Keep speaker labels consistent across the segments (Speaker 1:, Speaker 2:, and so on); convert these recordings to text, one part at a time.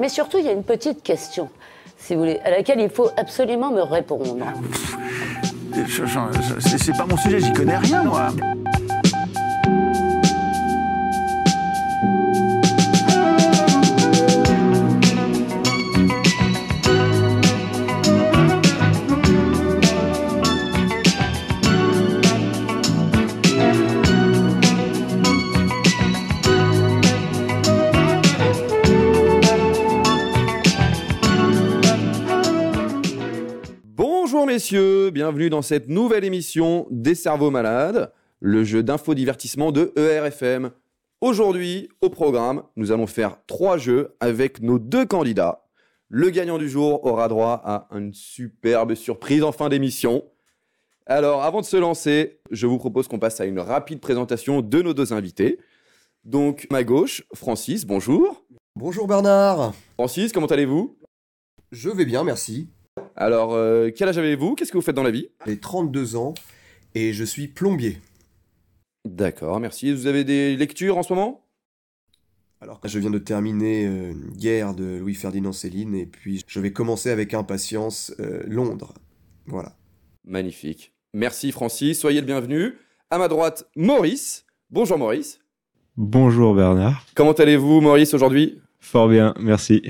Speaker 1: Mais surtout, il y a une petite question, si vous voulez, à laquelle il faut absolument me répondre.
Speaker 2: Je- je- je- C'est c'est pas mon sujet, j'y connais rien, moi.
Speaker 3: Bonjour messieurs, bienvenue dans cette nouvelle émission des cerveaux malades, le jeu d'infodivertissement de E ERFM. Aujourd'hui, au programme, nous allons faire trois jeux avec nos deux candidats. Le gagnant du jour aura droit à une superbe surprise en fin d'émission. Alors, avant de se lancer, je vous propose qu'on passe à une rapide présentation de nos deux invités. Donc, ma gauche, Francis, bonjour.
Speaker 4: Bonjour Bernard
Speaker 3: Francis, comment allez-vous
Speaker 4: Je vais bien, merci.
Speaker 3: Alors, euh, quel âge avez-vous Qu'est-ce que vous faites dans la vie
Speaker 4: J'ai 32 ans et je suis plombier.
Speaker 3: D'accord, merci. Vous avez des lectures en ce moment
Speaker 4: Alors que je viens de terminer euh, Guerre de Louis-Ferdinand Céline et puis je vais commencer avec impatience euh, Londres. Voilà.
Speaker 3: Magnifique. Merci Francis, soyez le bienvenu. À ma droite, Maurice. Bonjour Maurice.
Speaker 5: Bonjour Bernard.
Speaker 3: Comment allez-vous Maurice aujourd'hui
Speaker 5: Fort bien, merci.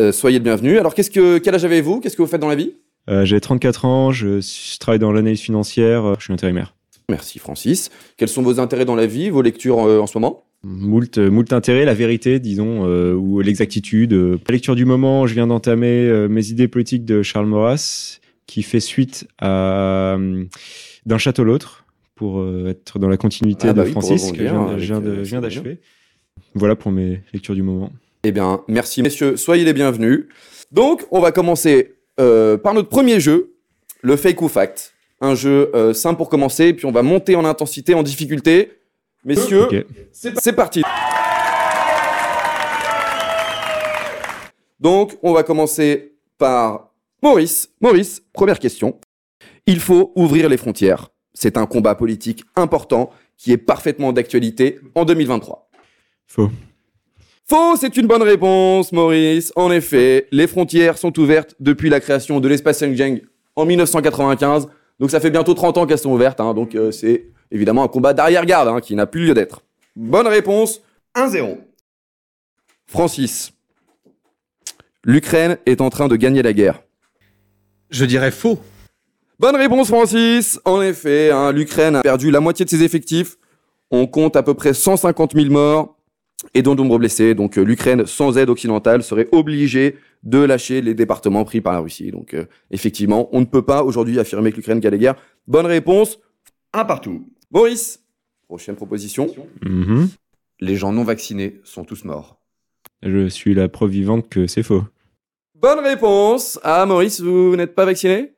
Speaker 3: Euh, Soyez le bienvenu. Alors qu'est-ce que quel âge avez-vous Qu'est-ce que vous faites dans la vie
Speaker 5: Euh, J'ai 34 ans, je, je travaille dans l'analyse financière, euh, je suis intérimaire.
Speaker 3: Merci Francis. Quels sont vos intérêts dans la vie, vos lectures euh, en ce moment
Speaker 5: Moult, euh, moult intérêt, la vérité, disons, euh, ou l'exactitude. euh. La lecture du moment, je viens d'entamer euh, mes idées politiques de Charles Maurras, qui fait suite à euh, d'un château à l'autre, pour euh, être dans la continuité
Speaker 3: Ah bah
Speaker 5: de
Speaker 3: oui, pour
Speaker 5: Francis, que je
Speaker 3: rebondir
Speaker 5: viens de-
Speaker 3: avec,
Speaker 5: je viens de-
Speaker 3: euh,
Speaker 5: je viens
Speaker 3: Charles
Speaker 5: d'achever. Voilà pour mes lectures du moment.
Speaker 3: Eh bien, merci messieurs, soyez les bienvenus. Donc, on va commencer euh, par notre premier jeu, le fake ou fact. Un jeu euh, simple pour commencer, puis on va monter en intensité, en difficulté. Messieurs,
Speaker 5: Ok.
Speaker 3: c'est pa- c'est parti. Donc, on va commencer par Maurice. Maurice, première question. Il faut ouvrir les frontières. C'est un combat politique important qui est parfaitement d'actualité en 2023.
Speaker 5: Faux.
Speaker 3: Faux, c'est une bonne réponse, Maurice. En effet, les frontières sont ouvertes depuis la création de l'espace Shenzhen en 1995. Donc ça fait bientôt 30 ans qu'elles sont ouvertes. hein. donc euh, c'est évidemment un combat d'arrière-garde hein, qui n'a plus lieu d'être. Bonne réponse, 1-0. Francis. L'Ukraine est en train de gagner la guerre.
Speaker 6: Je dirais faux.
Speaker 3: Bonne réponse, Francis. En effet, hein, l'Ukraine a perdu la moitié de ses effectifs. On compte à peu près 150 000 morts et de nombreux blessés. Donc, euh, l'Ukraine, sans aide occidentale, serait obligée de lâcher les départements pris par la Russie. Donc, euh, effectivement, on ne peut pas aujourd'hui affirmer que l'Ukraine gagne la guerre. Bonne réponse.
Speaker 6: Un partout.
Speaker 3: Maurice, prochaine proposition.
Speaker 5: Mhm.
Speaker 6: Les gens non vaccinés sont tous morts.
Speaker 5: Je suis la preuve vivante que c'est faux.
Speaker 3: Bonne réponse. Ah, Maurice, vous n'êtes pas vacciné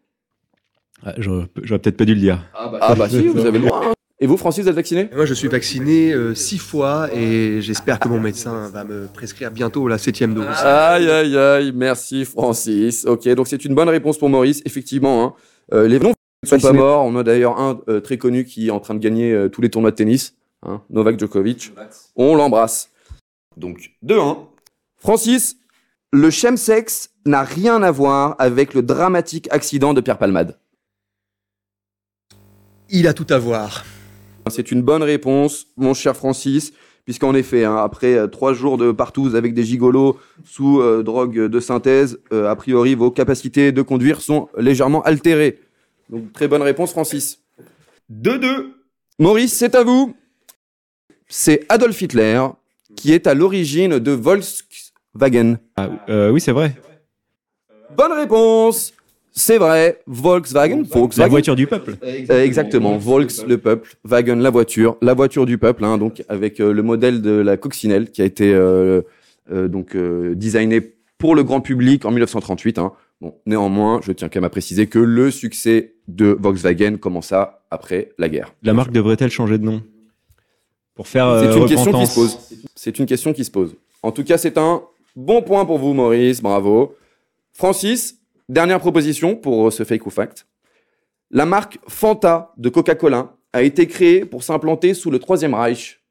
Speaker 5: Ah, J'aurais j'aurais peut-être pas dû le dire.
Speaker 3: Ah, bah si, vous avez le droit. hein. Et vous, Francis, vous êtes vacciné
Speaker 4: Moi je suis vacciné euh, six fois et j'espère que mon médecin va me prescrire bientôt la septième dose.
Speaker 3: Aïe, aïe, aïe, merci Francis. Ok, donc c'est une bonne réponse pour Maurice, effectivement. hein. Euh, les non ne sont pas morts. On a d'ailleurs un euh, très connu qui est en train de gagner euh, tous les tournois de tennis, hein, Novak Djokovic. On l'embrasse. Donc 2-1. Francis, le chemsex n'a rien à voir avec le dramatique accident de Pierre Palmade.
Speaker 4: Il a tout à voir.
Speaker 3: C'est une bonne réponse, mon cher Francis, puisqu'en effet, hein, après euh, trois jours de partouze avec des gigolos sous euh, drogue de synthèse, euh, a priori, vos capacités de conduire sont légèrement altérées. Donc, très bonne réponse, Francis.
Speaker 6: 2-2.
Speaker 3: Maurice, c'est à vous. C'est Adolf Hitler qui est à l'origine de Volkswagen.
Speaker 5: Ah, euh, oui, c'est vrai.
Speaker 3: Bonne réponse C'est vrai, Volkswagen.
Speaker 5: La
Speaker 3: Volkswagen.
Speaker 5: voiture du peuple.
Speaker 3: Euh, Exactement, Volks le peuple, Wagen la voiture, la voiture du peuple, hein, donc avec euh, le modèle de la coccinelle qui a été euh, euh, donc euh, designé pour le grand public en 1938. hein. Bon, néanmoins, je tiens quand même à préciser que le succès de Volkswagen commença après la guerre.
Speaker 5: La marque devrait-elle changer de nom Pour faire
Speaker 3: C'est
Speaker 5: euh,
Speaker 3: une question qui
Speaker 5: repentance.
Speaker 3: se pose. C'est une question qui se pose. En tout cas, c'est un bon point pour vous, Maurice. Bravo. Francis, dernière proposition pour euh, ce fake ou fact. La marque Fanta de Coca-Cola a été créée pour s'implanter sous le Troisième Reich.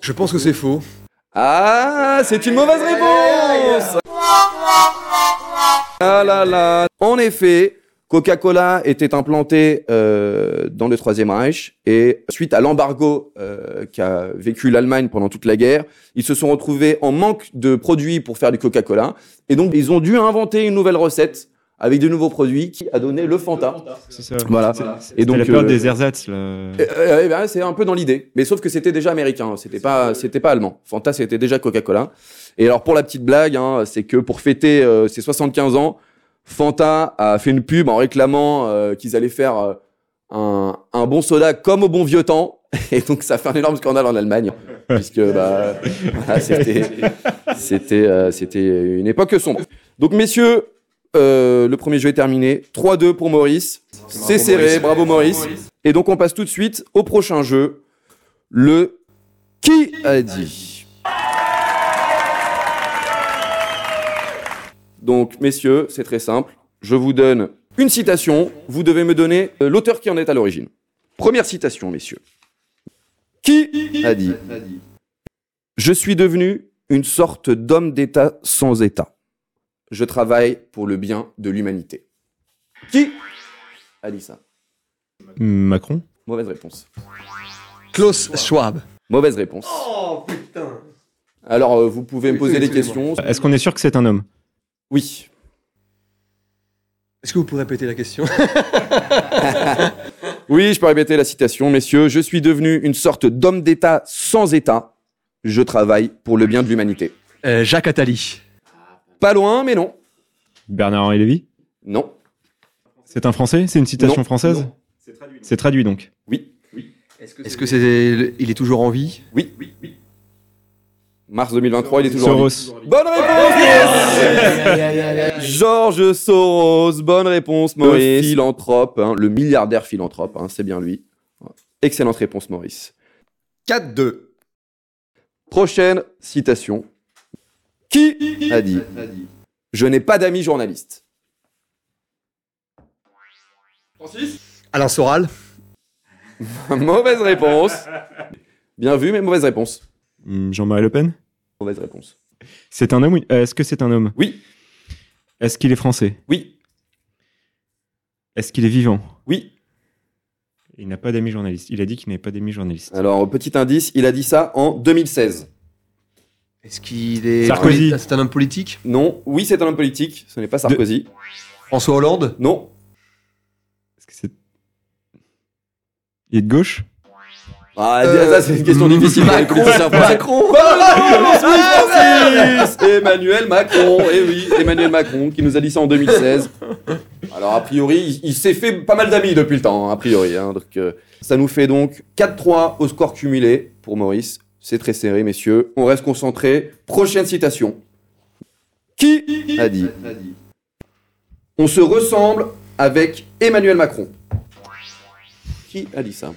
Speaker 4: Je pense que c'est faux.
Speaker 3: Ah, c'est une mauvaise réponse Ah là là En effet, Coca-Cola était implanté euh, dans le Troisième Reich et suite à l'embargo euh, qu'a vécu l'Allemagne pendant toute la guerre, ils se sont retrouvés en manque de produits pour faire du Coca-Cola et donc ils ont dû inventer une nouvelle recette avec de nouveaux produits qui a donné le Fanta.
Speaker 5: C'est ça.
Speaker 3: Voilà.
Speaker 5: Et donc la période
Speaker 3: Bah, euh,
Speaker 5: des ersatz là.
Speaker 3: euh, euh, eh ben, c'est un peu dans l'idée, mais sauf que c'était déjà américain, hein, c'était pas, c'était pas allemand. Fanta, c'était déjà Coca-Cola. Et alors pour la petite blague, hein, c'est que pour fêter euh, ses 75 ans, Fanta a fait une pub en réclamant euh, qu'ils allaient faire euh, un, un bon soda comme au bon vieux temps. Et donc ça fait un énorme scandale en Allemagne, puisque bah, voilà, c'était, c'était, euh, c'était une époque sombre. Donc messieurs, euh, le premier jeu est terminé. 3-2 pour Maurice. C'est serré, bravo Maurice. Et donc on passe tout de suite au prochain jeu, le Qui a dit Donc messieurs, c'est très simple, je vous donne une citation, vous devez me donner euh, l'auteur qui en est à l'origine. Première citation messieurs. Qui a dit Je suis devenu une sorte d'homme d'État sans État. Je travaille pour le bien de l'humanité. Qui a dit ça
Speaker 5: Macron.
Speaker 3: Mauvaise réponse.
Speaker 7: Klaus Schwab.
Speaker 3: Mauvaise réponse.
Speaker 4: Oh putain
Speaker 3: Alors, euh, vous pouvez me
Speaker 4: Oui,
Speaker 3: poser
Speaker 4: oui,
Speaker 3: des
Speaker 4: absolument.
Speaker 3: questions.
Speaker 5: Est-ce qu'on est sûr que c'est un homme
Speaker 3: Oui.
Speaker 7: Est-ce que vous pouvez répéter la question
Speaker 3: Oui, je peux répéter la citation, messieurs. Je suis devenu une sorte d'homme d'État sans État. Je travaille pour le bien de l'humanité.
Speaker 7: Euh, Jacques Attali.
Speaker 3: Pas loin, mais non.
Speaker 5: Bernard-Henri Lévy
Speaker 3: Non.
Speaker 5: C'est un français C'est une citation
Speaker 3: Non.
Speaker 5: française C'est traduit donc.
Speaker 3: Oui.
Speaker 7: Est-ce que c'est il est toujours en vie
Speaker 3: Oui. Mars 2023, il est toujours. en vie.
Speaker 5: Soros.
Speaker 3: Bonne réponse yes Georges Soros, bonne réponse, Maurice. Le philanthrope, hein, le milliardaire philanthrope, hein, c'est bien lui. Excellente réponse, Maurice.
Speaker 6: 4-2.
Speaker 3: Prochaine citation. Qui a dit Je n'ai pas d'amis journalistes.
Speaker 7: Alain Soral.
Speaker 3: mauvaise réponse. Bien vu, mais mauvaise réponse.
Speaker 5: Hum, Jean-Marie Le Pen
Speaker 3: Mauvaise réponse.
Speaker 5: C'est un homme ou- euh, Est-ce que c'est un homme
Speaker 3: Oui.
Speaker 5: Est-ce qu'il est français
Speaker 3: Oui,
Speaker 5: Est-ce qu'il est vivant
Speaker 3: oui.
Speaker 5: Il n'a pas d'amis journalistes. Il a dit qu'il n'avait pas d'amis journalistes.
Speaker 3: Alors, petit indice, il a dit ça en 2016.
Speaker 7: Est-ce qu'il est
Speaker 5: Sarkozy.
Speaker 7: C'est un homme politique
Speaker 3: Non, oui, c'est un homme politique, ce n'est pas Sarkozy.
Speaker 7: François Hollande.
Speaker 3: Non,
Speaker 5: Est-ce que c'est Il est de gauche
Speaker 3: ah,
Speaker 7: Euh,
Speaker 3: ça c'est une question difficile. pour les
Speaker 7: Macron.
Speaker 3: politiciens français.
Speaker 7: Macron. Ah,
Speaker 3: Francis Emmanuel Macron, et oui, Emmanuel Macron qui nous a dit ça en 2016. Alors a priori, il, il s'est fait pas mal d'amis depuis le temps, hein, a priori. hein, donc euh, ça nous fait donc 4-3 au score cumulé pour Maurice. C'est très serré, messieurs. On reste concentré. Prochaine citation. Qui a dit On se ressemble avec Emmanuel Macron. Qui a dit ça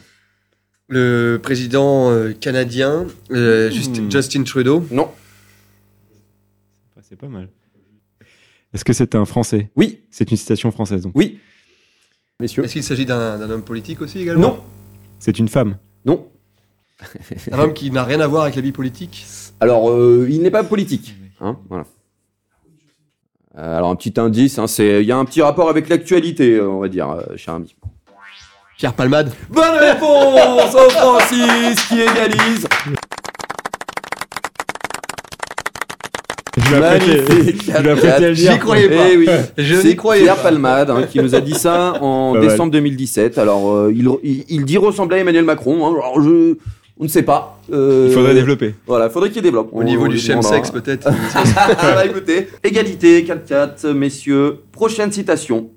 Speaker 7: Le président euh, canadien euh, Just-
Speaker 5: Hmm.
Speaker 7: Justin Trudeau.
Speaker 3: Non.
Speaker 5: Ouais, C'est pas mal. Est-ce que c'est un français
Speaker 3: Oui.
Speaker 5: C'est une citation française donc.
Speaker 3: Oui. Messieurs.
Speaker 7: Est-ce qu'il s'agit d'un d'un homme politique aussi également
Speaker 3: Non.
Speaker 5: C'est une femme.
Speaker 3: Non.
Speaker 7: Un homme qui n'a rien à voir avec la vie politique
Speaker 3: Alors, euh, il n'est pas politique. Hein, voilà. Euh, alors, un petit indice, hein, c'est il y a un petit rapport avec l'actualité, euh, on va dire, euh, cher ami.
Speaker 7: Pierre Palmade.
Speaker 3: Bonne réponse au Francis qui égalise.
Speaker 5: Je vais
Speaker 3: Magnifique.
Speaker 5: je vais apprêter à le dire.
Speaker 7: J'y croyais pas.
Speaker 3: Eh oui.
Speaker 7: Je
Speaker 3: C'est
Speaker 7: n'y croyais
Speaker 3: Pierre
Speaker 7: pas.
Speaker 3: Palmade hein, qui nous a dit ça en
Speaker 5: Pas mal.
Speaker 3: décembre 2017. Alors, euh, il, il, il dit ressembler à Emmanuel Macron. hein. Alors, je, on ne sait pas. Euh,
Speaker 5: Il faudrait développer.
Speaker 3: Voilà, faudrait qu'il développe.
Speaker 7: Au niveau du
Speaker 3: sexe
Speaker 7: chemsex peut-être.
Speaker 3: Ah, bah, écoutez, égalité, 4-4, messieurs. Prochaine citation.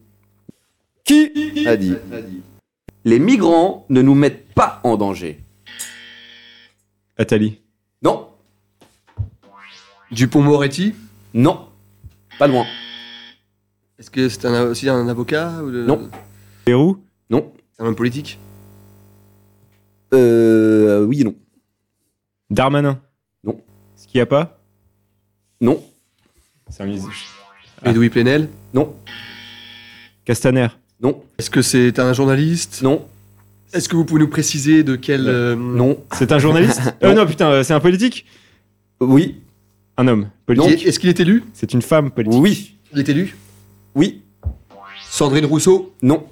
Speaker 3: Qui a dit Les migrants ne nous mettent pas en danger.
Speaker 5: Attali.
Speaker 3: Non,
Speaker 7: Dupont Moretti.
Speaker 3: non, pas loin.
Speaker 7: Est-ce que c'est un- aussi un avocat ou de-
Speaker 3: Non.
Speaker 5: Pérou
Speaker 7: C'est un homme politique
Speaker 3: Euh, oui et non.
Speaker 5: Darmanin.
Speaker 3: Non.
Speaker 5: Ce qu'il n'y a pas
Speaker 3: Non,
Speaker 5: C'est un ministre.
Speaker 7: Edoui Plenel.
Speaker 3: non,
Speaker 5: Castaner.
Speaker 3: non,
Speaker 7: Est-ce que c'est un journaliste
Speaker 3: non,
Speaker 7: Est-ce que vous pouvez nous préciser de quel... euh,
Speaker 3: non.
Speaker 5: C'est un journaliste Euh, Non, putain, euh, c'est un politique
Speaker 3: Oui,
Speaker 5: Un homme politique.
Speaker 7: Il est- Est-ce qu'il est élu
Speaker 5: C'est une femme politique.
Speaker 3: oui,
Speaker 7: Il est élu
Speaker 3: oui,
Speaker 7: Sandrine Rousseau
Speaker 3: non.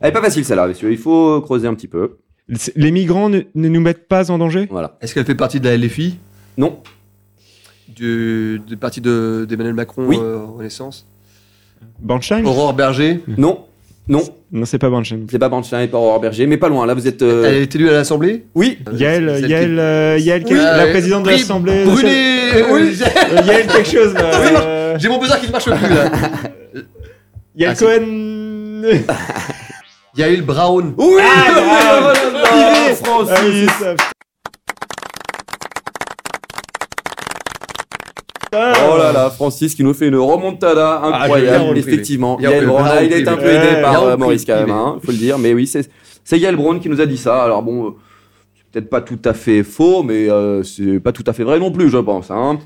Speaker 3: Elle est pas facile celle-là, messieurs. Il faut creuser un petit peu.
Speaker 5: C'est- Les migrants ne, ne nous mettent pas en danger
Speaker 3: Voilà.
Speaker 7: Est-ce qu'elle fait partie de la LFI
Speaker 3: Non,
Speaker 7: Du, du parti de- d'Emmanuel Macron
Speaker 3: Oui.
Speaker 7: euh, Renaissance
Speaker 5: Bornstein
Speaker 7: Aurore Berger
Speaker 3: non, non.
Speaker 5: Non, c'est pas Bornstein.
Speaker 3: C'est pas Banstein et pas Aurore Berger, mais pas loin. Là, vous êtes. euh,
Speaker 7: Elle est élue à l'Assemblée
Speaker 3: Oui,
Speaker 5: Yael,
Speaker 7: Celle qui-
Speaker 5: Yael, euh, Yael, quelque-
Speaker 7: Oui,
Speaker 5: la
Speaker 7: euh,
Speaker 5: présidente de
Speaker 7: Bri-
Speaker 5: l'Assemblée.
Speaker 7: Brunet
Speaker 5: Euh,
Speaker 7: euh,
Speaker 5: Euh, Yael quelque chose là.
Speaker 7: Oui,
Speaker 5: euh,
Speaker 7: J'ai mon buzzer qui ne marche plus là
Speaker 5: Yael
Speaker 7: Ah, si.
Speaker 5: Cohen.
Speaker 7: Yael Brown
Speaker 3: oui.
Speaker 5: Ah,
Speaker 3: Olivier Francis.
Speaker 5: Ah oui, c'est ça, putain.
Speaker 7: Ah.
Speaker 3: Oh là là, Francis qui nous fait une remontada
Speaker 5: Ah,
Speaker 3: incroyable,
Speaker 5: bien repris,
Speaker 3: effectivement.
Speaker 7: oui. Bien
Speaker 3: Yael
Speaker 7: repris,
Speaker 3: Brown,
Speaker 7: bien
Speaker 3: ah, il a été
Speaker 7: repris,
Speaker 3: un
Speaker 7: oui.
Speaker 3: peu aidé
Speaker 5: Ouais,
Speaker 3: par
Speaker 7: bien
Speaker 3: euh,
Speaker 7: repris,
Speaker 3: Maurice quand même,
Speaker 7: oui.
Speaker 3: hein, faut le dire. Mais oui, c'est c'est Yael Brown qui nous a dit ça. Alors bon, euh, c'est peut-être pas tout à fait faux, mais euh, c'est pas tout à fait vrai non plus, je pense. Hein.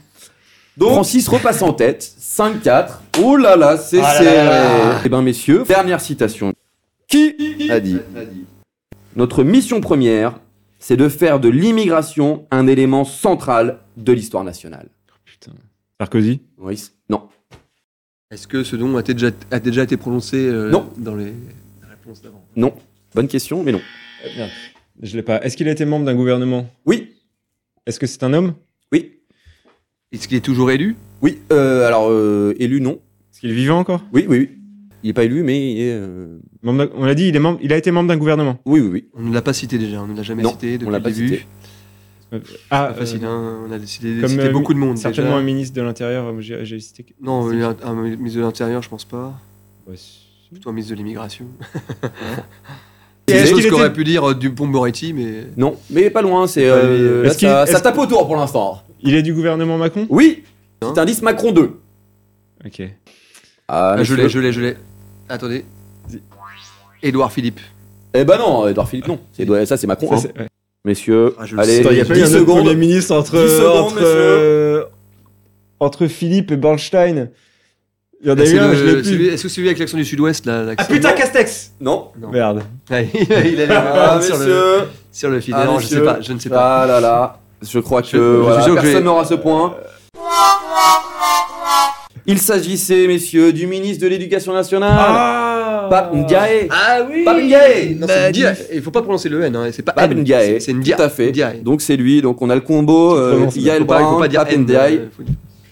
Speaker 3: Donc, Francis repasse en tête, 5-4. Oh là là, c'est
Speaker 7: Ah là
Speaker 3: serré.
Speaker 7: là là.
Speaker 3: Eh ben messieurs, dernière citation. Qui a dit Notre mission première, c'est de faire de l'immigration un élément central de l'histoire nationale.
Speaker 5: Putain. Sarkozy
Speaker 3: Maurice Non.
Speaker 7: Est-ce que ce nom a été déjà, a déjà été prononcé euh,
Speaker 3: Non.
Speaker 7: dans les dans les réponses d'avant
Speaker 3: Non. Bonne question, mais non.
Speaker 5: Je l'ai pas. Est-ce qu'il a été membre d'un gouvernement
Speaker 3: Oui.
Speaker 5: Est-ce que c'est un homme
Speaker 3: Oui.
Speaker 7: Est-ce qu'il est toujours élu
Speaker 3: Oui. euh, alors, euh, élu, non.
Speaker 5: Est-ce qu'il est vivant encore
Speaker 3: Oui, oui, oui. Il n'est pas élu, mais il est. euh,
Speaker 5: Membre d'un- On l'a dit, il, est membre... il a été membre d'un gouvernement.
Speaker 3: Oui, oui, oui.
Speaker 7: On ne l'a pas cité déjà, on ne l'a jamais
Speaker 3: Non,
Speaker 7: cité depuis
Speaker 3: on l'a
Speaker 7: le
Speaker 3: pas
Speaker 7: début.
Speaker 3: cité.
Speaker 5: Ah, euh,
Speaker 7: Pas facile, hein, on a décidé de
Speaker 5: comme,
Speaker 7: citer
Speaker 5: euh,
Speaker 7: beaucoup de monde
Speaker 5: Certainement un
Speaker 7: déjà.
Speaker 5: ministre de l'Intérieur, euh, j'ai j'ai cité. que-
Speaker 7: Non, un, un ministre de l'Intérieur, je pense pas.
Speaker 5: Ouais, c'est-
Speaker 7: Plutôt un ministre de l'immigration.
Speaker 5: Et
Speaker 7: C'est
Speaker 5: est-ce
Speaker 7: des
Speaker 5: qu'il
Speaker 7: choses qu'aurait
Speaker 5: était-
Speaker 7: pu dire euh, Dupont-Moretti, mais...
Speaker 3: Non, mais pas loin. C'est. euh, là,
Speaker 5: Est-ce qu'il-
Speaker 3: ça,
Speaker 5: est-ce-
Speaker 3: ça tape autour pour l'instant.
Speaker 5: Il est du gouvernement Macron
Speaker 3: Oui.
Speaker 7: Hein
Speaker 3: C'est indice Macron 2.
Speaker 5: Ok.
Speaker 3: Ah,
Speaker 7: Ah, je
Speaker 3: monsieur.
Speaker 7: l'ai, je l'ai, je l'ai. Attendez.
Speaker 5: Vas-y.
Speaker 7: Édouard Philippe.
Speaker 3: Eh ben non, Edouard Philippe, non. C'est- ouais, ça, c'est Macron.
Speaker 5: Ça,
Speaker 3: hein.
Speaker 5: c'est- ouais.
Speaker 3: Messieurs,
Speaker 7: Ah, je le
Speaker 3: allez,
Speaker 7: sais.
Speaker 5: Attends, il y a pas eu
Speaker 3: 10
Speaker 5: un autre premier
Speaker 3: secondes.
Speaker 5: ministre entre,
Speaker 3: 10 secondes,
Speaker 5: entre, euh, entre Philippe et Bornstein. Il y en a
Speaker 7: C'est
Speaker 5: eu un,
Speaker 7: le-
Speaker 5: bah je l'ai
Speaker 7: celui-
Speaker 5: plus. Ah,
Speaker 7: Est-ce que celui avec l'accent du sud-ouest, là
Speaker 3: Ah,
Speaker 7: l'accent-
Speaker 5: Castex
Speaker 3: Non.
Speaker 7: Non.
Speaker 5: Merde.
Speaker 7: Ah, Il allait
Speaker 3: Ah,
Speaker 7: sur, le,
Speaker 3: messieurs.
Speaker 7: sur le fil.
Speaker 3: Ah,
Speaker 7: non, je sais
Speaker 3: messieurs.
Speaker 7: pas, je ne sais pas.
Speaker 3: Ah là là, je crois que
Speaker 7: Je- je suis
Speaker 3: voilà,
Speaker 7: sûr que
Speaker 3: personne
Speaker 7: j'ai-
Speaker 3: n'aura ce point. Il s'agissait, messieurs, du ministre de l'Éducation nationale, Pape Ndiaye.
Speaker 7: Ah oui
Speaker 3: Pape Ndiaye
Speaker 7: Non,
Speaker 3: Bah,
Speaker 7: c'est Ndiaye. Il faut pas prononcer le N, hein, c'est pas
Speaker 3: Pape
Speaker 7: N,
Speaker 3: Ndiaye,
Speaker 7: c'est- C'est Ndiaye.
Speaker 3: tout à fait.
Speaker 7: Ndiaye.
Speaker 3: Donc c'est lui, donc on a le combo,
Speaker 5: Tu
Speaker 3: euh,
Speaker 5: prononces, mais
Speaker 3: Yael
Speaker 7: faut pas, faut
Speaker 3: Brown,
Speaker 7: pas dire
Speaker 3: Pape
Speaker 7: N,
Speaker 3: Ndiaye.
Speaker 7: euh, faut-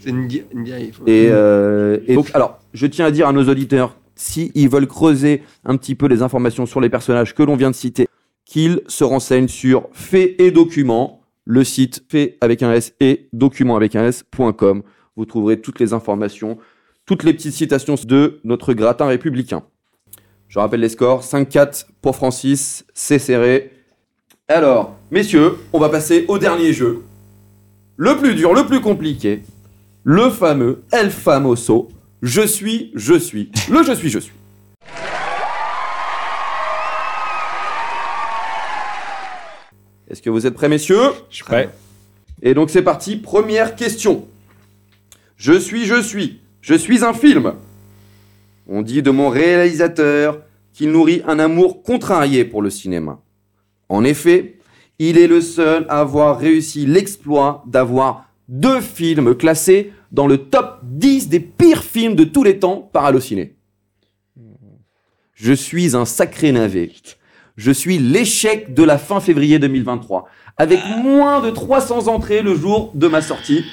Speaker 7: C'est Ndiaye. Ndiaye, faut-
Speaker 3: Et, euh, et donc, alors, je tiens à dire à nos auditeurs, s'ils veulent creuser un petit peu les informations sur les personnages que l'on vient de citer, qu'ils se renseignent sur Faits et Documents, le site fait avec un S et documents avec un S.com. Vous trouverez toutes les informations, toutes les petites citations de notre gratin républicain. Je rappelle les scores 5-4 pour Francis, c'est serré. Alors, messieurs, on va passer au dernier jeu. Le plus dur, le plus compliqué le fameux El Famoso Je suis, je suis, le je suis, je suis. Est-ce que vous êtes prêts, messieurs
Speaker 5: Je suis prêt.
Speaker 3: Et donc c'est parti, première question. Je suis, je suis, je suis un film. On dit de mon réalisateur qu'il nourrit un amour contrarié pour le cinéma. En effet, il est le seul à avoir réussi l'exploit d'avoir deux films classés dans le top 10 des pires films de tous les temps par Allociné. Je suis un sacré navet. Je suis l'échec de la fin février 2023, avec moins de 300 entrées le jour de ma sortie.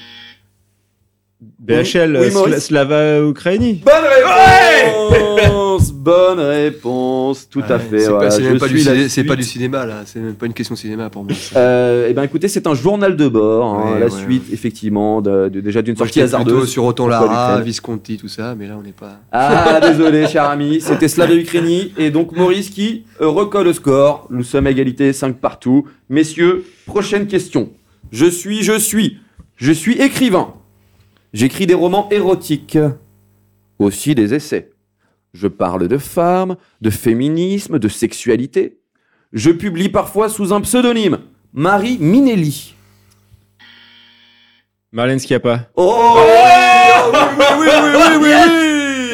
Speaker 5: BHL,
Speaker 3: Oui,
Speaker 5: euh,
Speaker 3: Maurice.
Speaker 5: Sla- Slava Ukraini.
Speaker 3: Bonne réponse Bonne réponse, tout à
Speaker 7: Ouais,
Speaker 3: fait.
Speaker 7: Ah, C'est
Speaker 3: voilà,
Speaker 7: pas, c'est
Speaker 3: je
Speaker 7: même pas du
Speaker 3: suis la
Speaker 7: ciné- c'est pas
Speaker 3: suite.
Speaker 7: du cinéma là, c'est même pas une question cinéma pour moi. ça.
Speaker 3: Euh, eh ben écoutez, c'est un journal de bord, hein,
Speaker 7: Ouais,
Speaker 3: la
Speaker 7: ouais,
Speaker 3: suite effectivement de- de- déjà d'une
Speaker 7: Moi,
Speaker 3: sortie
Speaker 7: j'étais plutôt
Speaker 3: hasardeuse.
Speaker 7: sur autant
Speaker 3: Pourquoi
Speaker 7: Lara,
Speaker 3: l'Ukraine
Speaker 7: Visconti, tout ça, mais là on n'est pas.
Speaker 3: Ah désolé cher ami, c'était Slav et Ukraini et donc Maurice qui euh, recolle le score. Nous sommes à égalité 5 partout. Messieurs, prochaine question. Je suis, je suis, je suis écrivain. J'écris des romans érotiques, aussi des essais. Je parle de femmes, de féminisme, de sexualité. Je publie parfois sous un pseudonyme, Marie Minelli.
Speaker 5: Marlène Schiappa.
Speaker 3: Oh oui, oui, oui, oui, oui, oui.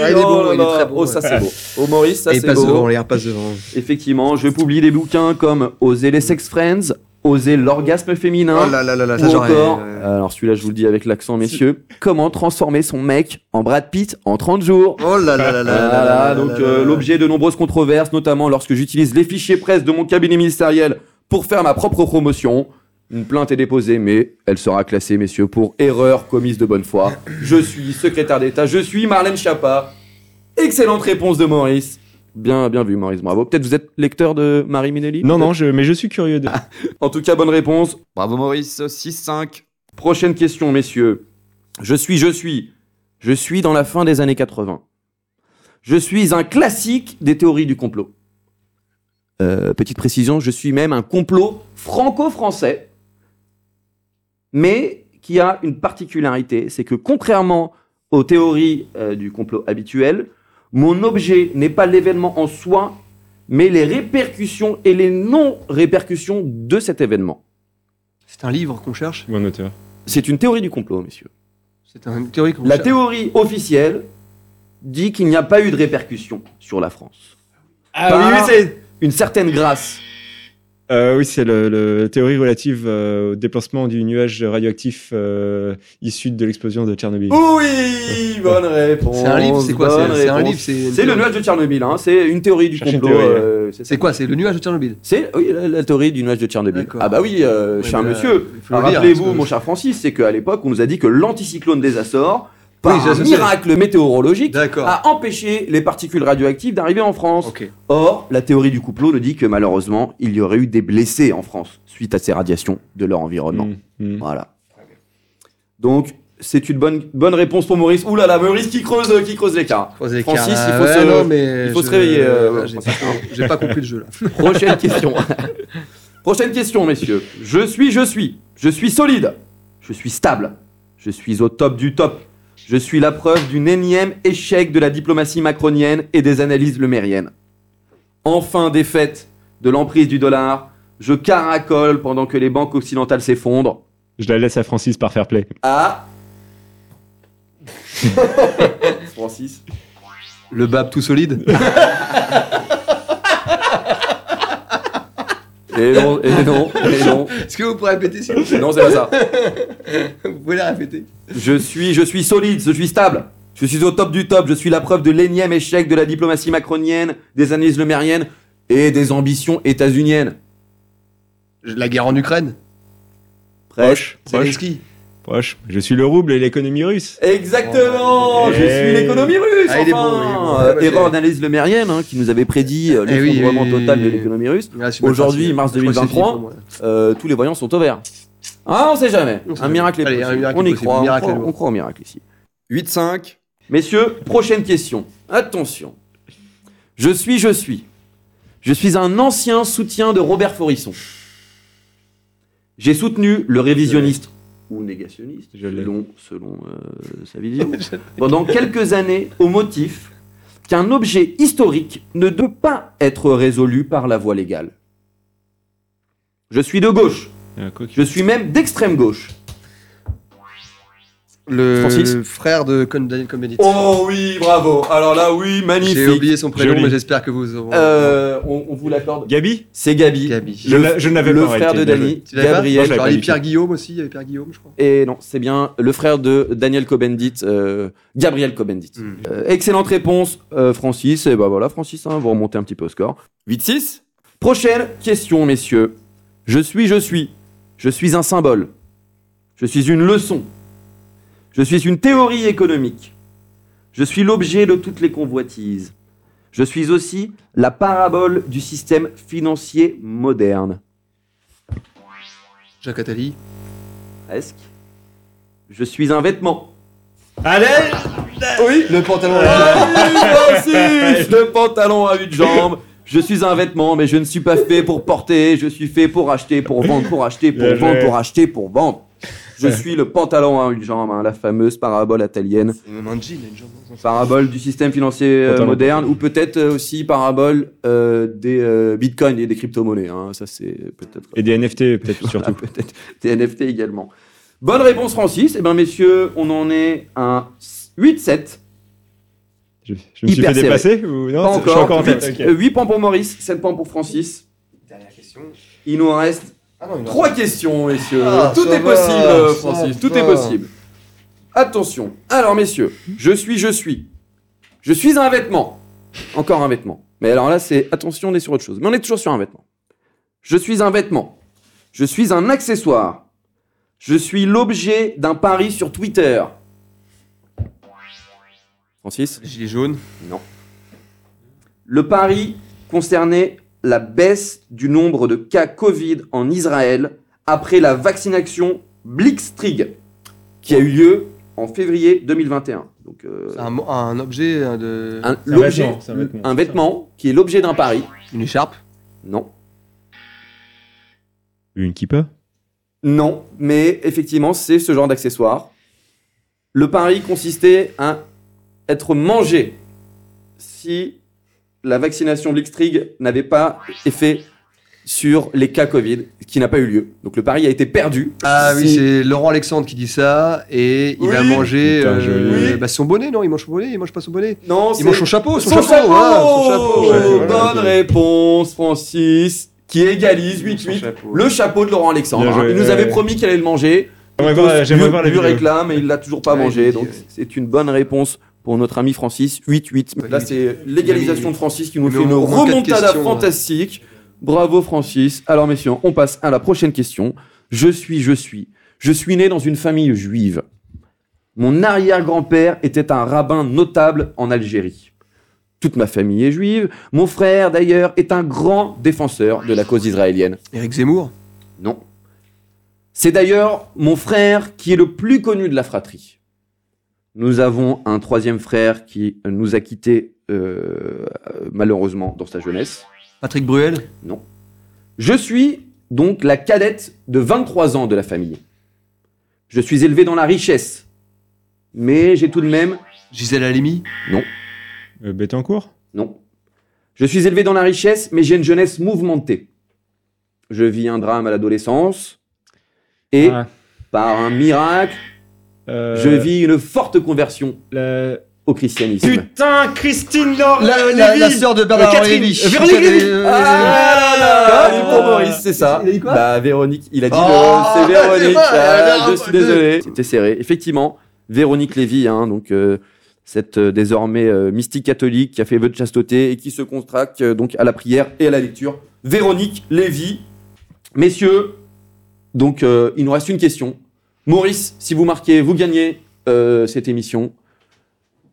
Speaker 7: Ah, il est bon,
Speaker 3: là
Speaker 7: il est
Speaker 3: là.
Speaker 7: très bon,
Speaker 3: Oh, ça c'est beau. Oh Maurice, ça
Speaker 7: et
Speaker 3: c'est
Speaker 7: passe
Speaker 3: beau.
Speaker 7: devant, les gars, passe devant.
Speaker 3: Effectivement, je publie des bouquins comme Oser les Sex Friends, Oser l'orgasme féminin.
Speaker 7: Oh là là là là,
Speaker 3: Ou
Speaker 7: ça j'aurais.
Speaker 3: encore,
Speaker 7: euh,
Speaker 3: alors celui-là je vous le dis avec l'accent messieurs, comment transformer son mec en Brad Pitt en 30 jours
Speaker 7: Oh là là là là là là
Speaker 3: Voilà,
Speaker 7: Ah là
Speaker 3: donc
Speaker 7: là
Speaker 3: euh,
Speaker 7: là.
Speaker 3: l'objet de nombreuses controverses, notamment lorsque j'utilise les fichiers presse de mon cabinet ministériel pour faire ma propre promotion. Une plainte est déposée, mais elle sera classée, messieurs, pour erreur commise de bonne foi. Je suis secrétaire d'État, je suis Marlène Schiappa. Excellente réponse de Maurice. Bien, bien vu, Maurice, bravo. Peut-être vous êtes lecteur de Marie Minelli
Speaker 5: Non, non, je, mais je suis curieux de.
Speaker 3: En tout cas, bonne réponse.
Speaker 6: Bravo Maurice, 6-5.
Speaker 3: Prochaine question, messieurs. Je suis, je suis, je suis dans la fin des années 80. Je suis un classique des théories du complot. Euh, petite précision, je suis même un complot franco-français, mais qui a une particularité, c'est que contrairement aux théories euh, du complot habituelles, mon objet n'est pas l'événement en soi, mais les répercussions et les non-répercussions de cet événement.
Speaker 7: C'est un livre qu'on cherche
Speaker 5: Ou un auteur.
Speaker 3: C'est une théorie du complot, messieurs.
Speaker 7: C'est un- une théorie qu'on
Speaker 3: La
Speaker 7: cherche
Speaker 3: théorie officielle dit qu'il n'y a pas eu de répercussions sur la France. Par Une certaine grâce.
Speaker 5: Euh, oui, c'est le, le- la théorie relative euh, au déplacement du nuage radioactif euh, issu de l'explosion de Tchernobyl.
Speaker 3: Oh, Oui, bonne réponse.
Speaker 7: C'est un livre, c'est quoi
Speaker 3: bonne
Speaker 7: C'est- c'est un
Speaker 3: réponse.
Speaker 7: livre, c'est-
Speaker 3: C'est le nuage de Tchernobyl, hein, c'est une théorie du
Speaker 5: Cherchez une
Speaker 3: complot.
Speaker 5: théorie,
Speaker 3: euh, c'est ça.
Speaker 7: C'est quoi C'est le nuage de Tchernobyl
Speaker 3: C'est oui, la, la théorie du nuage de Tchernobyl.
Speaker 7: D'accord.
Speaker 3: Ah bah oui, euh,
Speaker 7: Ouais,
Speaker 3: cher
Speaker 7: mais là,
Speaker 3: monsieur.
Speaker 7: il faut le dire,
Speaker 3: Rappelez-vous,
Speaker 7: parce que-
Speaker 3: mon cher Francis, c'est qu'à l'époque, on nous a dit que l'anticyclone des Açores, par
Speaker 7: Oui, je- je
Speaker 3: un
Speaker 7: sais.
Speaker 3: miracle météorologique,
Speaker 7: D'accord.
Speaker 3: a empêché les particules radioactives d'arriver en France.
Speaker 7: Ok.
Speaker 3: Or, la théorie du couplot nous dit que malheureusement, il y aurait eu des blessés en France suite à ces radiations de leur environnement.
Speaker 5: Mm, mm.
Speaker 3: Voilà. Donc, c'est une bonne, bonne réponse pour Maurice. Ouh là là, Maurice qui creuse, euh, qui creuse l'écart.
Speaker 7: Croiser les
Speaker 3: Francis,
Speaker 7: cartes.
Speaker 3: il faut
Speaker 7: Ah
Speaker 3: se-
Speaker 7: non, mais
Speaker 3: il faut
Speaker 7: je-
Speaker 3: se réveiller, euh,
Speaker 7: Ah, j'ai- J'ai pas compris le jeu là.
Speaker 3: Prochaine question. Prochaine question, messieurs. Je suis, je suis. Je suis solide. Je suis stable. Je suis au top du top. Je suis la preuve d'une énième échec de la diplomatie macronienne et des analyses lemériennes. Enfin défaite de l'emprise du dollar, je caracole pendant que les banques occidentales s'effondrent.
Speaker 5: Je la laisse à Francis par fair play.
Speaker 3: Ah Francis.
Speaker 7: Le bab tout solide
Speaker 3: Et non, et non, et non.
Speaker 7: Est-ce que vous pouvez répéter s'il vous plaît
Speaker 3: Non, c'est pas ça.
Speaker 7: Vous pouvez la répéter
Speaker 3: Je suis, je suis solide, je suis stable. Je suis au top du top. Je suis la preuve de l'énième échec de la diplomatie macronienne, des analyses lemériennes et des ambitions états-uniennes.
Speaker 7: La guerre en Ukraine
Speaker 3: Proche.
Speaker 7: Zelensky
Speaker 5: Proche. Je suis le rouble et l'économie russe.
Speaker 3: Exactement.
Speaker 5: Oh.
Speaker 3: Je suis
Speaker 5: Eh.
Speaker 3: l'économie russe.
Speaker 7: Ah, il est
Speaker 3: enfin.
Speaker 7: bon, il est bon.
Speaker 3: Euh,
Speaker 7: Ah, bah,
Speaker 3: Erreur
Speaker 7: c'est-
Speaker 3: d'analyse lemérienne hein, qui nous avait prédit euh,
Speaker 7: Eh oui,
Speaker 3: l'effondrement
Speaker 7: oui, oui,
Speaker 3: total de
Speaker 7: oui.
Speaker 3: l'économie russe.
Speaker 7: Ah, je suis mal
Speaker 3: Aujourd'hui,
Speaker 7: parti.
Speaker 3: mars
Speaker 7: Je crois que c'est
Speaker 3: 2023.
Speaker 7: fini pour moi.
Speaker 3: Euh, tous les voyants sont au vert. Ah, on sait jamais.
Speaker 7: On sait
Speaker 3: Un
Speaker 7: jamais.
Speaker 3: miracle est
Speaker 7: Allez, un
Speaker 3: possible.
Speaker 7: miracle
Speaker 3: on
Speaker 7: est
Speaker 3: y
Speaker 7: possible.
Speaker 3: croit. On
Speaker 7: Miracle
Speaker 3: croit,
Speaker 7: est lourd.
Speaker 3: on croit au miracle ici.
Speaker 6: 8-5.
Speaker 3: Messieurs, prochaine question. Attention. Je suis, je suis. Je suis un ancien soutien de Robert Forisson. J'ai soutenu le révisionniste Euh, ou négationniste,
Speaker 5: Je l'ai.
Speaker 3: selon, selon euh, sa vision, pendant quelques années au motif qu'un objet historique ne doit pas être résolu par la voie légale. Je suis de gauche,
Speaker 5: Euh, quoi que-
Speaker 3: je suis même d'extrême gauche.
Speaker 7: Le
Speaker 3: Francis
Speaker 7: frère de Con- Daniel Cohn-Bendit.
Speaker 3: Oh oui, bravo. Alors là, oui,
Speaker 7: J'ai oublié son prénom,
Speaker 5: Joli.
Speaker 7: mais j'espère que vous aurez.
Speaker 3: Euh, on, on vous l'accorde.
Speaker 5: Gabi
Speaker 3: C'est Gabi.
Speaker 7: Gabi.
Speaker 5: Je l'a- je ne l'avais
Speaker 3: le
Speaker 5: pas,
Speaker 3: frère
Speaker 5: Gaël,
Speaker 3: de
Speaker 5: bien joué.
Speaker 3: Dani,
Speaker 7: Tu l'avais pas
Speaker 5: Non,
Speaker 3: Gabriel.
Speaker 5: je l'avais
Speaker 7: Alors,
Speaker 5: pas
Speaker 7: il y
Speaker 5: du
Speaker 7: a Pierre Guillaume aussi, il y avait Pierre Guillaume, je crois.
Speaker 3: Et non, c'est bien le frère de Daniel Cobendit, euh, Gabriel Cobendit.
Speaker 7: Mm.
Speaker 3: Euh, excellente réponse, euh, Francis. Et bah voilà, Francis, hein, vous remontez un petit peu au score.
Speaker 6: 8-6.
Speaker 3: Prochaine question, messieurs. Je suis, je suis. Je suis un symbole. Je suis une leçon. Je suis une théorie économique. Je suis l'objet de toutes les convoitises. Je suis aussi la parabole du système financier moderne.
Speaker 7: Jacques Attali.
Speaker 3: Presque. Je suis un vêtement.
Speaker 5: Allez
Speaker 7: Oui, le pantalon.
Speaker 3: Francis Le pantalon à une jambe. Je suis un vêtement, mais je ne suis pas fait pour porter. Je suis fait pour acheter, pour vendre, pour acheter, pour
Speaker 5: Bien
Speaker 3: vendre,
Speaker 5: joué.
Speaker 3: pour acheter, pour vendre. Je suis le pantalon à une jambe, hein, la fameuse parabole atalienne.
Speaker 7: Même un jean, il a une jambe.
Speaker 3: Parabole du système financier euh,
Speaker 5: Pantalon.
Speaker 3: moderne, ou peut-être euh, aussi parabole euh, des euh, bitcoins et des crypto-monnaies. hein. Ça, c'est peut-être.
Speaker 5: Et des NFT, peut-être surtout.
Speaker 3: Voilà, peut-être des NFT également. Bonne réponse, Francis. Eh bien, messieurs, on en est à 8-7.
Speaker 5: Je, je me suis
Speaker 3: Hyper
Speaker 5: fait dépasser ou non
Speaker 3: Pas
Speaker 5: Je suis
Speaker 3: encore. Euh,
Speaker 5: encore en tête.
Speaker 3: 8, points pour Maurice, 7 points pour Francis.
Speaker 7: Dernière question.
Speaker 3: Il nous reste Trois questions, messieurs.
Speaker 7: Ah,
Speaker 3: tout
Speaker 7: ça
Speaker 3: est
Speaker 7: va,
Speaker 3: possible, euh,
Speaker 7: ça
Speaker 3: Francis.
Speaker 7: va.
Speaker 3: Tout est possible. Attention. Alors, messieurs, je suis, je suis. Je suis un vêtement. Encore un vêtement. Mais alors là, c'est attention, on est sur autre chose. Mais on est toujours sur un vêtement. Je suis un vêtement. Je suis un accessoire. Je suis l'objet d'un pari sur Twitter. Francis
Speaker 6: Gilet jaune.
Speaker 3: le pari concernait la baisse du nombre de cas Covid en Israël après la vaccination Blitzkrieg qui a eu lieu en février 2021. Donc euh,
Speaker 7: C'est Un, mo- un objet euh, de.
Speaker 3: un,
Speaker 5: un
Speaker 3: l'objet-
Speaker 5: vêtement, c'est un vêtement.
Speaker 3: un vêtement qui est l'objet d'un pari.
Speaker 7: Une écharpe.
Speaker 3: Non.
Speaker 5: Une kippa
Speaker 3: Non, mais effectivement, c'est ce genre d'accessoire. Le pari consistait à être mangé si la vaccination Blitzkrieg n'avait pas effet sur les cas Covid, ce qui n'a pas eu lieu. Donc le pari a été perdu.
Speaker 7: Ah oui,
Speaker 3: Si-
Speaker 7: c'est Laurent Alexandre qui dit ça et il
Speaker 3: Oui.
Speaker 7: va manger
Speaker 5: Putain,
Speaker 7: euh,
Speaker 5: joli.
Speaker 7: bah, son bonnet, non Il mange son bonnet, il mange pas son bonnet.
Speaker 3: Non,
Speaker 7: Il
Speaker 3: c'est
Speaker 7: mange son chapeau, son,
Speaker 3: Son chapeau
Speaker 7: voilà, son chapeau.
Speaker 5: chapeau,
Speaker 7: ouais, voilà.
Speaker 3: Bonne réponse, Francis, qui égalise 8-8. Le chapeau de Laurent Alexandre.
Speaker 5: Bien joué,
Speaker 3: il nous
Speaker 5: ouais,
Speaker 3: avait
Speaker 5: ouais.
Speaker 3: promis qu'il allait le manger.
Speaker 5: J'aimerais voir- j'aimerais
Speaker 3: Lui-
Speaker 5: voir la
Speaker 3: lui
Speaker 5: vidéo.
Speaker 3: réclame et il l'a toujours pas
Speaker 7: Ouais, il
Speaker 3: mangé.
Speaker 7: dit,
Speaker 3: Donc
Speaker 7: ouais.
Speaker 3: c'est une bonne réponse pour notre ami Francis. 8-8. Là, c'est l'égalisation de Francis qui nous
Speaker 7: Il
Speaker 3: fait
Speaker 7: nous
Speaker 3: une
Speaker 7: manque quatre
Speaker 3: remontada
Speaker 7: questions, hein.
Speaker 3: fantastique. Bravo Francis. Alors messieurs, on passe à la prochaine question. Je suis, je suis. Je suis né dans une famille juive. Mon arrière-grand-père était un rabbin notable en Algérie. Toute ma famille est juive. Mon frère, d'ailleurs, est un grand défenseur de la cause israélienne.
Speaker 7: Éric Zemmour
Speaker 3: Non. C'est d'ailleurs mon frère qui est le plus connu de la fratrie. Nous avons un troisième frère qui nous a quittés euh, euh, malheureusement dans sa jeunesse.
Speaker 7: Patrick Bruel
Speaker 3: Je suis donc la cadette de 23 ans de la famille. Je suis élevé dans la richesse. Mais j'ai tout de même...
Speaker 7: Gisèle Halimi
Speaker 5: Euh, Bettencourt
Speaker 3: Non. Je suis élevé dans la richesse, mais j'ai une jeunesse mouvementée. Je vis un drame à l'adolescence. Et
Speaker 5: Ah,
Speaker 3: par un miracle,
Speaker 5: euh,
Speaker 3: Je vis une forte conversion
Speaker 5: la-
Speaker 3: au christianisme.
Speaker 5: Putain, Christine Laure
Speaker 7: La,
Speaker 5: Lévy
Speaker 7: la, la sœur de Bernard
Speaker 5: Catherine,
Speaker 7: Lévy.
Speaker 5: euh, Véronique
Speaker 7: Catherine,
Speaker 5: Lévy.
Speaker 7: euh,
Speaker 3: Ah,
Speaker 5: là,
Speaker 3: il est
Speaker 5: là,
Speaker 3: pour
Speaker 5: là.
Speaker 3: Maurice, c'est ça.
Speaker 7: Il a dit quoi
Speaker 3: bah, Véronique, il a dit
Speaker 7: Oh,
Speaker 3: le- c'est
Speaker 7: bah,
Speaker 3: Véronique.
Speaker 7: c'est vrai,
Speaker 3: ah,
Speaker 7: alors,
Speaker 3: je suis
Speaker 7: bah,
Speaker 3: désolé. C'était serré. Effectivement, Véronique Lévy, hein, donc euh, cette euh, désormais euh, mystique catholique qui a fait vœu de chasteté et qui se contracte euh, donc à la prière et à la lecture. Véronique Lévy, messieurs, donc euh, il nous reste une question. Maurice, si vous marquez, vous gagnez euh, cette émission.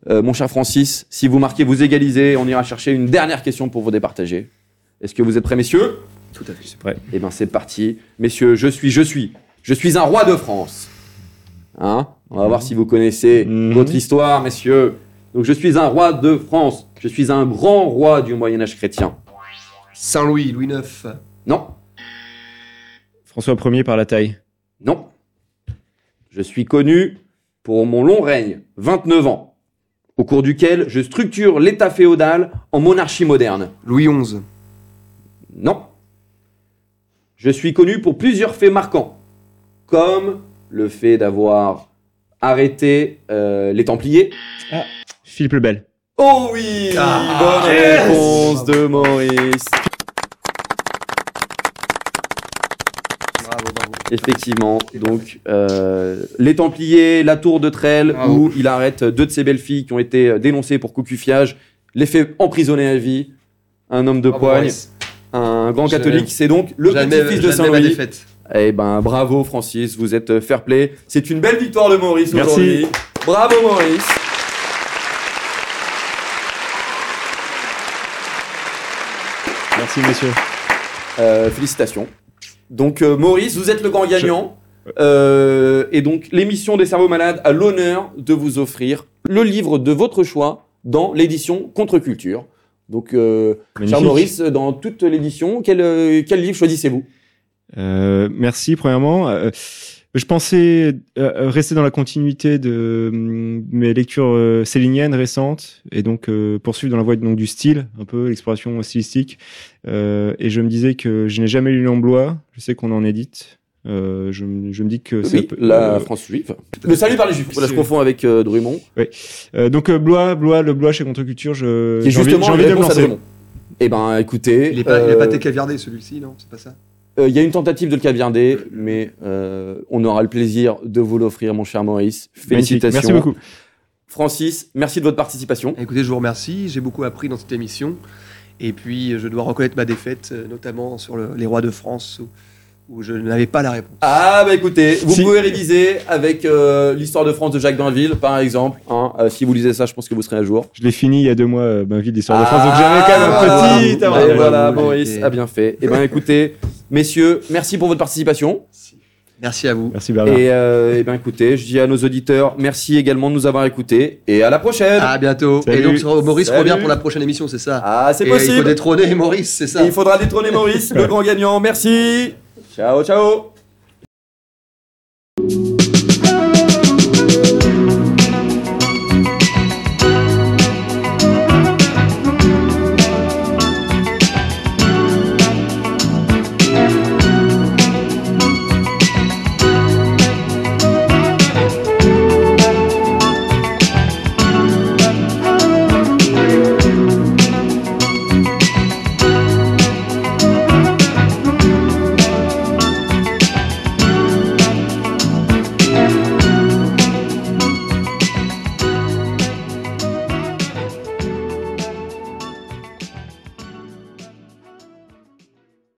Speaker 3: Euh, mon cher Francis, si vous marquez, vous égalisez. On ira chercher une dernière question pour vous départager. Est-ce que vous êtes prêts, messieurs
Speaker 7: Tout à fait.
Speaker 3: eh ben c'est parti. Messieurs, je suis, je suis. Je suis un roi de France. Hein On va voir si vous connaissez
Speaker 5: Mhm.
Speaker 3: votre histoire, messieurs. Donc je suis un roi de France. Je suis un grand roi du Moyen Âge chrétien.
Speaker 7: Saint-Louis, Louis IX.
Speaker 3: Non,
Speaker 5: François 1er par la taille.
Speaker 3: non. Je suis connu pour mon long règne, 29 ans, au cours duquel je structure l'État féodal en monarchie moderne.
Speaker 7: Louis XI.
Speaker 3: Non. Je suis connu pour plusieurs faits marquants, comme le fait d'avoir arrêté euh, les Templiers.
Speaker 5: Philippe le Bel.
Speaker 3: Oh oui Ah, Bonne réponse de Maurice.
Speaker 7: Bravo, bravo.
Speaker 3: Effectivement, donc euh, les Templiers, la tour de Trelle,
Speaker 7: Bravo.
Speaker 3: où il arrête deux de ses belles filles qui ont été euh, dénoncées pour cocufiage, les fait emprisonner à vie, un homme de
Speaker 7: Bravo,
Speaker 3: poigne,
Speaker 7: Ah, Maurice.
Speaker 3: un grand
Speaker 7: Je-
Speaker 3: catholique, c'est donc le
Speaker 7: J'admets-
Speaker 3: petit-fils de
Speaker 7: j'admets ma
Speaker 3: Saint-Louis.
Speaker 7: défaite.
Speaker 3: Eh ben, bravo Francis, vous êtes euh, fair play. C'est une belle victoire de Maurice
Speaker 5: Merci.
Speaker 3: aujourd'hui. Bravo Maurice.
Speaker 5: Merci, messieurs.
Speaker 3: Euh, félicitations. Donc euh, Maurice, vous êtes le grand gagnant. Euh, et donc l'émission des cerveaux malades a l'honneur de vous offrir le livre de votre choix dans l'édition Contre-Culture. Donc, euh, cher
Speaker 5: Magnifique.
Speaker 3: Maurice, dans toute l'édition, quel, euh, quel livre choisissez-vous
Speaker 5: Euh, merci, premièrement. Euh, je pensais euh, rester dans la continuité de hum, mes lectures euh, céliniennes récentes et donc euh, poursuivre dans la voie donc, du style, un peu l'exploration stylistique. Euh, et je me disais que je n'ai jamais lu l'emblois. Je sais qu'on en édite. Euh, je, me- je me dis que ça
Speaker 3: Oui,
Speaker 5: peut-
Speaker 3: La
Speaker 5: euh,
Speaker 3: France juive. Le salut par les juifs. Voilà, je
Speaker 5: C'est-
Speaker 3: confonds avec euh, Drummond.
Speaker 5: euh, donc euh, Blois, Blois, le Blois chez Contre-Culture, je
Speaker 3: Qui est
Speaker 5: Euh, j'ai envie-
Speaker 3: justement
Speaker 5: j'ai envie
Speaker 3: la
Speaker 5: de me
Speaker 3: réponse à
Speaker 5: lancer.
Speaker 3: Drummond. Eh ben, écoutez.
Speaker 7: Il est pas, il est
Speaker 3: euh,
Speaker 7: pas décavardé, celui-ci, non C'est pas ça
Speaker 3: Euh, Il y a une tentative de le caviarder, mais euh, on aura le plaisir de vous l'offrir, mon cher Maurice.
Speaker 5: Magnifique.
Speaker 3: Félicitations.
Speaker 5: Merci beaucoup.
Speaker 3: Francis, merci de votre participation.
Speaker 7: Écoutez, je vous remercie. J'ai beaucoup appris dans cette émission. Et puis, je dois reconnaître ma défaite, euh, notamment sur le- les rois de France, où, où je n'avais pas la réponse.
Speaker 3: Ah bah écoutez, vous
Speaker 5: Si.
Speaker 3: pouvez réviser avec euh, l'histoire de France de Jacques Bainville, par exemple. hein. Euh, si vous lisez ça, je pense que vous serez à jour.
Speaker 5: Je l'ai fini il y a deux mois, euh, Bainville, l'histoire de France. Donc j'avais quand même
Speaker 3: Ah,
Speaker 5: un petit.
Speaker 3: voilà.
Speaker 5: avant-
Speaker 3: Et voilà,
Speaker 7: Bravo,
Speaker 3: Maurice
Speaker 7: j'étais-
Speaker 3: a bien fait. Eh ben écoutez, messieurs, merci pour votre participation.
Speaker 7: Merci à vous.
Speaker 5: Merci Bernard.
Speaker 3: Et euh, eh ben écoutez, je dis à nos auditeurs, merci également de nous avoir écoutés et à la prochaine.
Speaker 5: Ah.
Speaker 7: À bientôt.
Speaker 5: Salut.
Speaker 7: Et donc, Maurice
Speaker 3: Salut.
Speaker 7: revient pour la prochaine émission, c'est ça
Speaker 3: Ah, c'est
Speaker 7: Et Il faut
Speaker 3: possible.
Speaker 7: détrôner Maurice, c'est ça
Speaker 3: Il faudra détrôner Maurice, le grand gagnant. Merci. Ciao, ciao.